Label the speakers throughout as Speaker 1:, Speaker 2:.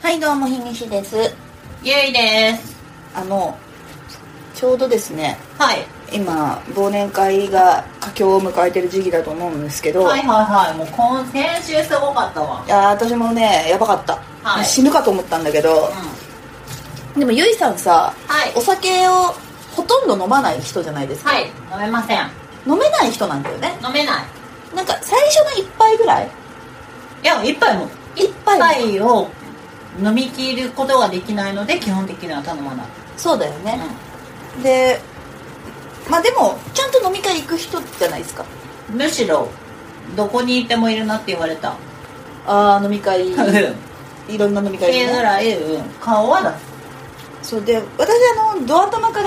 Speaker 1: はいどうもひにしです
Speaker 2: ゆいです
Speaker 1: あのちょうどですね
Speaker 2: はい
Speaker 1: 今忘年会が佳境を迎えてる時期だと思うんですけど、
Speaker 2: はいはいはいもう今先週すごかったわ
Speaker 1: いやー私もねやばかった、
Speaker 2: はい
Speaker 1: 死ぬかと思ったんだけど
Speaker 2: うん、
Speaker 1: でもゆいさんさ、
Speaker 2: はい
Speaker 1: お酒をほとんど飲まない人じゃないですか、
Speaker 2: はい飲めません
Speaker 1: 飲めない人なんだよね
Speaker 2: 飲めない
Speaker 1: なんか最初の一杯ぐらい
Speaker 2: いや一杯も
Speaker 1: 一
Speaker 2: 一
Speaker 1: 杯
Speaker 2: 杯を飲み切ることができないので基本的には頼まない、
Speaker 1: そうだよね、
Speaker 2: う
Speaker 1: でまあでもちゃんと飲み会行く人じゃないですか
Speaker 2: んむしろどこにいてもいるなって言われた
Speaker 1: ああ飲み 会
Speaker 2: っ
Speaker 1: いろんな飲み
Speaker 2: て
Speaker 1: 会
Speaker 2: いう
Speaker 1: ね
Speaker 2: ぐらい、うん、顔は出す
Speaker 1: そうで私あのドア玉から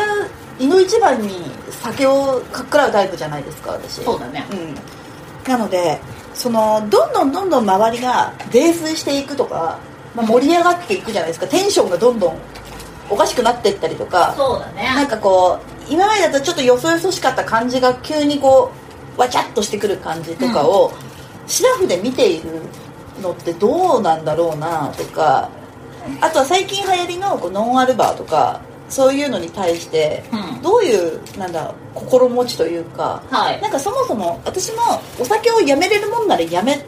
Speaker 1: 胃の一番に酒をかっくらうタイプじゃないですか私
Speaker 2: そうだね
Speaker 1: うんなのでそのどんどんどんどん周りが泥酔していくとか、まあ、盛り上がっていくじゃないですかテンションがどんどんおかしくなっていったりとか
Speaker 2: そうだね
Speaker 1: なんかこう今までだとちょっとよそよそしかった感じが急にこうわちゃっとしてくる感じとかを、シラフで見ているのってどうなんだろうなとかあとは最近流行りのこうノンアルバーとかそういうのに対して
Speaker 2: うん
Speaker 1: どういうなんだ心持ちというか
Speaker 2: はい
Speaker 1: なんかそもそも私もお酒をやめれるもんならやめ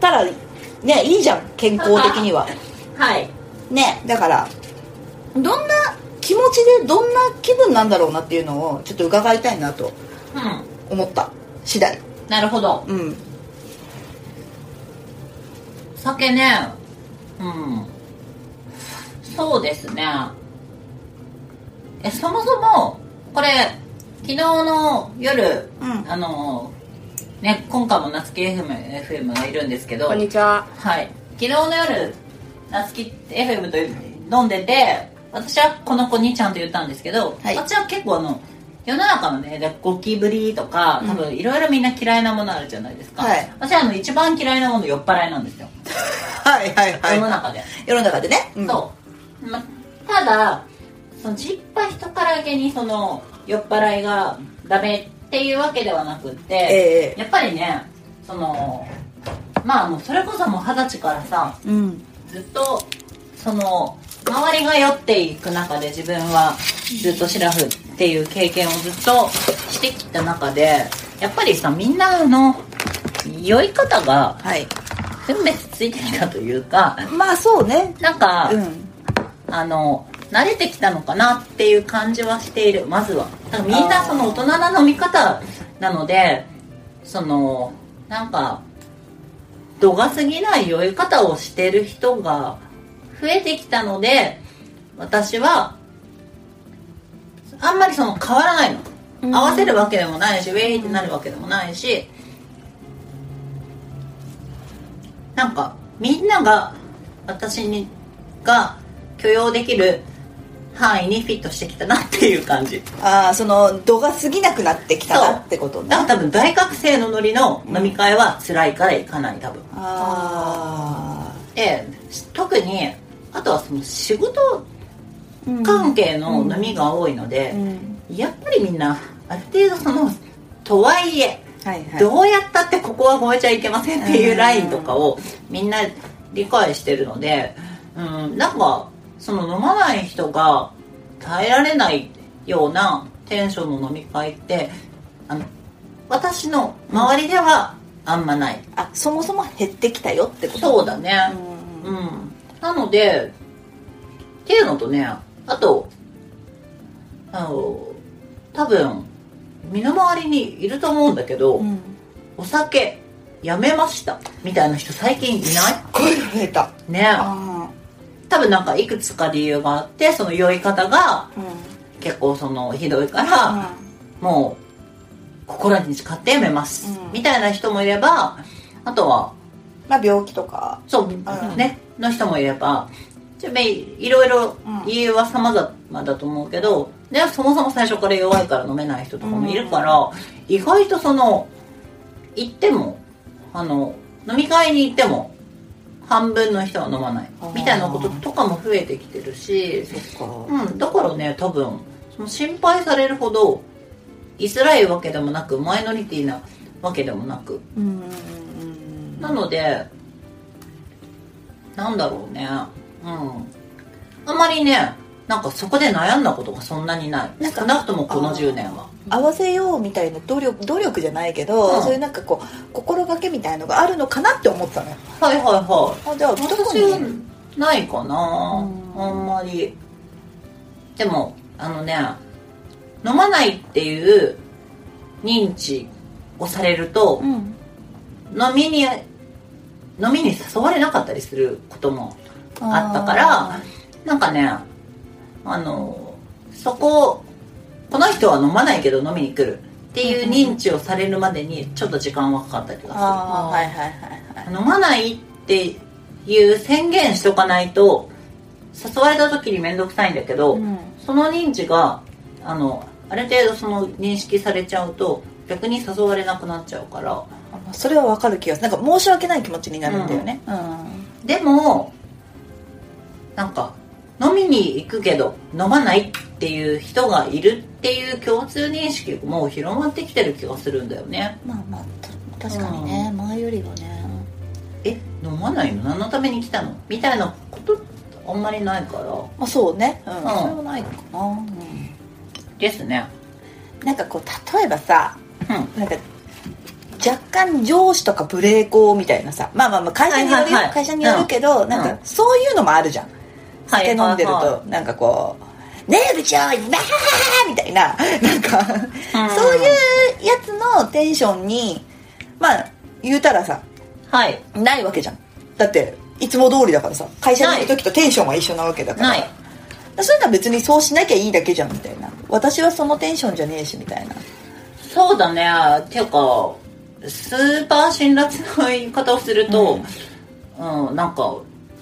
Speaker 1: たらねいいじゃん健康的には。
Speaker 2: はい
Speaker 1: ねだからどんな気持ちでどんな気分なんだろうなっていうのをちょっと伺いたいなと
Speaker 2: うん
Speaker 1: 思った次第
Speaker 2: なるほど
Speaker 1: うん
Speaker 2: 酒ねうんそうですねえそもそもこれ昨日の夜、
Speaker 1: うん
Speaker 2: あのね今回も夏木 FM, FM がいるんですけど
Speaker 3: こんにちは。
Speaker 2: はい昨日の夜夏木 FM と飲んでて私はこの子にちゃんと言ったんですけど、
Speaker 1: はい
Speaker 2: 私は結構あの世の中のねゴキブリとか多分いろいろみんな嫌いなものあるじゃないですか、
Speaker 1: はい
Speaker 2: 私はあの一番嫌いなもの酔っ払いなんですよ
Speaker 1: はいはい
Speaker 2: 世の中で、
Speaker 1: 世の中でね、うん
Speaker 2: そう、ま、ただその実は人からげにその酔っ払いがダメっていうわけではなくって、
Speaker 1: ええ
Speaker 2: やっぱりねそのまあもうそれこそもう二十歳からさ
Speaker 1: うん
Speaker 2: ずっとその周りが酔っていく中で自分はずっとシラフっていう経験をずっとしてきた中でやっぱりさみんなの酔い方が
Speaker 1: はい
Speaker 2: 分別ついてきたというか
Speaker 1: まあそうね
Speaker 2: なんか、
Speaker 1: うん
Speaker 2: あの慣れてきたのかなっていう感じはしているまずはだからみん
Speaker 1: あ
Speaker 2: な
Speaker 1: ー
Speaker 2: その大人な飲み方なのでそのなんか度が過ぎない酔い方をしてる人が増えてきたので私はあんまりその変わらないの、合わせるわけでもないしウェイってなるわけでもないしなんかみんなが私にが許容できる範囲にフィットしてきたなっていう感じ
Speaker 1: ああその度が過ぎなくなってきたなってことね
Speaker 2: だから多分大学生のノリの飲み会は辛いから行かない多分
Speaker 1: あ
Speaker 2: で特にあとはその仕事
Speaker 1: あ、うん
Speaker 2: 関係の飲みが多いので
Speaker 1: う、ん
Speaker 2: やっぱりみんなある程度そのとはいえ
Speaker 1: はいはい
Speaker 2: どうやったってここは超えちゃいけませんっていうラインとかをみんな理解してるので、うん、なんかその飲まない人が耐えられないようなテンションの飲み会ってあの私の周りではあんまない、
Speaker 1: あそもそも減ってきたよってこと
Speaker 2: そうだね
Speaker 1: うん
Speaker 2: うん、なのでっていうのとねあとあの多分身の回りにいると思うんだけど、
Speaker 1: うん
Speaker 2: お酒やめましたみたいな人最近いな
Speaker 1: 声が増えた
Speaker 2: いね
Speaker 1: あ
Speaker 2: 多分なんかいくつか理由があってその酔い方が
Speaker 1: あうん
Speaker 2: 結構そのひどいから、もう心に誓ってやめます、
Speaker 1: うん
Speaker 2: みたいな人もいればあとは
Speaker 1: まあ病気とか
Speaker 2: そう、
Speaker 1: ん
Speaker 2: ねの人もいればちょめいろいろ
Speaker 1: うん
Speaker 2: 理由は様々だと思うけど、でそもそも最初から弱いから飲めない人とかもいるから、意外とその行ってもあの飲み会に行っても半分の人は飲まない
Speaker 1: あー
Speaker 2: みたいなこととかも増えてきてるし、
Speaker 1: そっか
Speaker 2: うん、だからね多分その心配されるほど居づらいわけでもなくマイノリティなわけでもなく
Speaker 1: うんうんうんうん
Speaker 2: なのでなんだろうねううんあんまりねなんかそこで悩んだことがそんなにない
Speaker 1: なんか
Speaker 2: 少なくともこの10年は
Speaker 1: 合わせようみたいな努力努力じゃないけど、
Speaker 2: うん
Speaker 1: そういうなんかこう心がけみたいのがあるのかなって思ったのよ
Speaker 2: はいはいはい
Speaker 1: あじゃあどこ
Speaker 2: 私
Speaker 1: に
Speaker 2: はないかな
Speaker 1: うん
Speaker 2: あんまりでもあのね飲まないっていう認知をされると
Speaker 1: うん
Speaker 2: 飲みに飲みに誘われなかったりすることもあったから
Speaker 1: あ
Speaker 2: なんかねあのそここの人は飲まないけど飲みに来るっていう認知をされるまでにちょっと時間はかかったりと
Speaker 1: ー
Speaker 2: かする
Speaker 1: あーはいはいはいはい
Speaker 2: 飲まないっていう宣言しとかないと誘われた時に面倒くさいんだけど、
Speaker 1: うん
Speaker 2: その認知があのある程度その認識されちゃうと逆に誘われなくなっちゃうから
Speaker 1: それはわかる気がするなんか申し訳ない気持ちになるんだよね、うん
Speaker 2: でもなんか飲みに行くけど飲まないっていう人がいるっていう共通認識がもう広まってきてる気がするんだよね
Speaker 1: まあまあた確かにね、前よりはね
Speaker 2: え飲まないの何のために来たのみたいなことってあんまりないから
Speaker 1: まあそうね、うん
Speaker 2: ん
Speaker 1: それはないのかな、うん
Speaker 2: ですね
Speaker 1: なんかこう例えばさ
Speaker 2: うん
Speaker 1: なんか若干上司とか無礼講みたいなさまあまあまあ会社によるよ、
Speaker 2: はいはいはい
Speaker 1: 会社によるけど、
Speaker 2: ん
Speaker 1: なんかそういうのもあるじゃん酒飲んでる
Speaker 2: はいはい
Speaker 1: となんかこう「ねえ部長バーみたいな なんか、
Speaker 2: ん
Speaker 1: そういうやつのテンションにまあ言うたらさ
Speaker 2: はい、はい
Speaker 1: ないわけじゃんだっていつも通りだからさ会社に行く時とテンションは一緒なわけだから
Speaker 2: ない
Speaker 1: そういうのは別にそうしなきゃいいだけじゃんみたいな私はそのテンションじゃねえしみたいな
Speaker 2: そうだねていうかスーパー辛辣な言い方をすると、うんなんか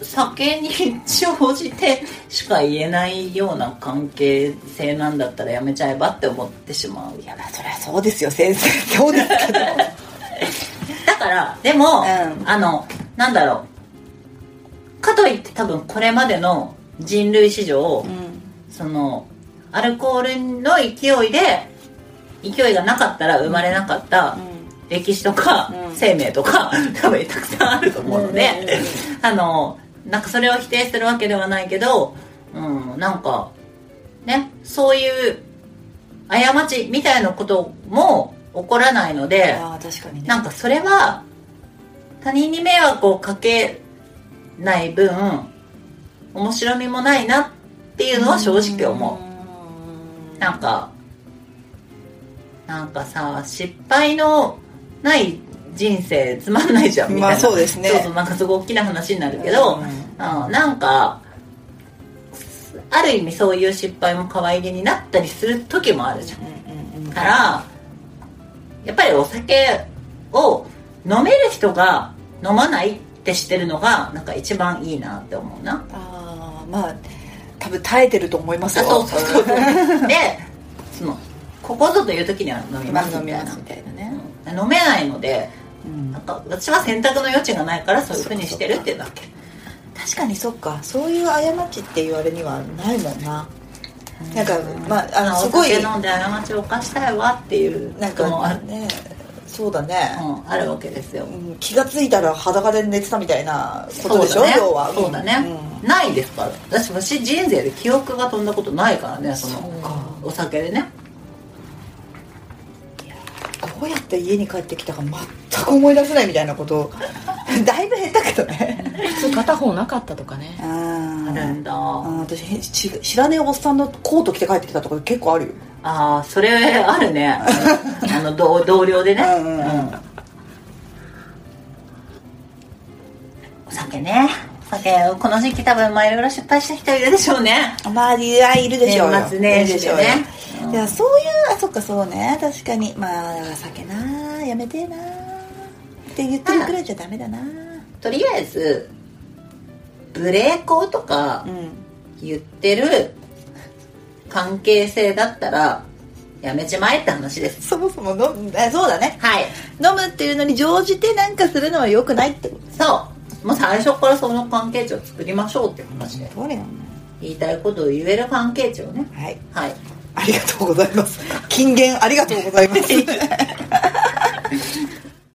Speaker 2: 酒に乗じてしか言えないような関係性なんだったらやめちゃえばって思ってしまう
Speaker 1: いやまあそりゃそうですよ先生 そうですけど
Speaker 2: だからでも、
Speaker 1: うん
Speaker 2: あのなんだろうかといって多分これまでの人類史上、
Speaker 1: うん
Speaker 2: そのアルコールの勢いで勢いがなかったら生まれなかった、歴史とか
Speaker 1: うん
Speaker 2: 生命とか、多分たくさんあると思うので、あのなんかそれを否定するわけではないけど、うん、なんかねそういう過ちみたいなことも起こらないので
Speaker 1: ああ確かにね
Speaker 2: なんかそれは他人に迷惑をかけない分面白みもないなっていうのは正直思う。
Speaker 1: う
Speaker 2: なんか、なんかさ、失敗のない人生つまんないじゃん、みたいな。
Speaker 1: まあそうですね
Speaker 2: そうそう、なんかすごい大きな話になるけど、
Speaker 1: う
Speaker 2: うんん、なんか、ある意味そういう失敗も可愛げになったりする時もあるじゃん。
Speaker 1: うんうんうん
Speaker 2: から、やっぱりお酒を飲める人が飲まないってしてるのが、なんか一番いいなって思うな。
Speaker 1: ああまあ多分耐えてると思います
Speaker 2: あ
Speaker 1: よ
Speaker 2: そうそうそうそうでそのここぞという時には飲み
Speaker 1: ま
Speaker 2: ま
Speaker 1: あ
Speaker 2: す
Speaker 1: 飲み
Speaker 2: みたい
Speaker 1: ます
Speaker 2: な
Speaker 1: みたいなね、
Speaker 2: うん飲めないので
Speaker 1: うん
Speaker 2: なんか私は選択の余地がないからそういうふうにしてるっていうだけ
Speaker 1: 確かにそっかそういう過ちって言われにはないもんななんかまああのすごい
Speaker 2: お酒飲んで過ちを犯したいわっていう
Speaker 1: なん
Speaker 2: こともあ
Speaker 1: か
Speaker 2: る,、
Speaker 1: ねそうだね、
Speaker 2: うん、あるわけですよ
Speaker 1: うん気がついたら裸で寝てたみたいなことでしょ、
Speaker 2: そうだね
Speaker 1: 要は
Speaker 2: そうだね、ないですから私私人生で記憶が飛んだことないからねその
Speaker 1: そうか
Speaker 2: お酒でね
Speaker 1: うんどうやって家に帰ってきたか全く思い出せないみたいなことだいぶ減ったけどね
Speaker 3: 普通片方なかったとかね
Speaker 1: あ
Speaker 2: あるんだ
Speaker 1: あー私へ知知らねえおっさんのコート着て帰ってきたとか結構あるよ
Speaker 2: ああそれある ねあの同同僚でね
Speaker 1: うんうんうん
Speaker 2: お酒ねお酒この時期多分まあいろいろ失敗した人いるでしょうね
Speaker 1: まあいやいるでしょうよ
Speaker 2: 年末年
Speaker 1: いる
Speaker 2: 始
Speaker 1: でし
Speaker 2: で
Speaker 1: ょうよ
Speaker 2: ね
Speaker 1: いやそういうあそっかそうね確かにまあ酒なやめてえなって言ってるくらいじゃダメだな
Speaker 2: とりあえず無礼講とか
Speaker 1: うん
Speaker 2: 言ってる関係性だったらやめちまえって話です
Speaker 1: そもそも飲むあそうだね
Speaker 2: はい
Speaker 1: 飲むっていうのに乗じてなんかするのは良くないってこと
Speaker 2: そうもう最初からその関係値を作りましょうっていう話で
Speaker 1: そうだよね
Speaker 2: 言いたいことを言える関係値をね
Speaker 1: はい
Speaker 2: はい
Speaker 1: ありがとうございます金言ありがとうございます
Speaker 2: は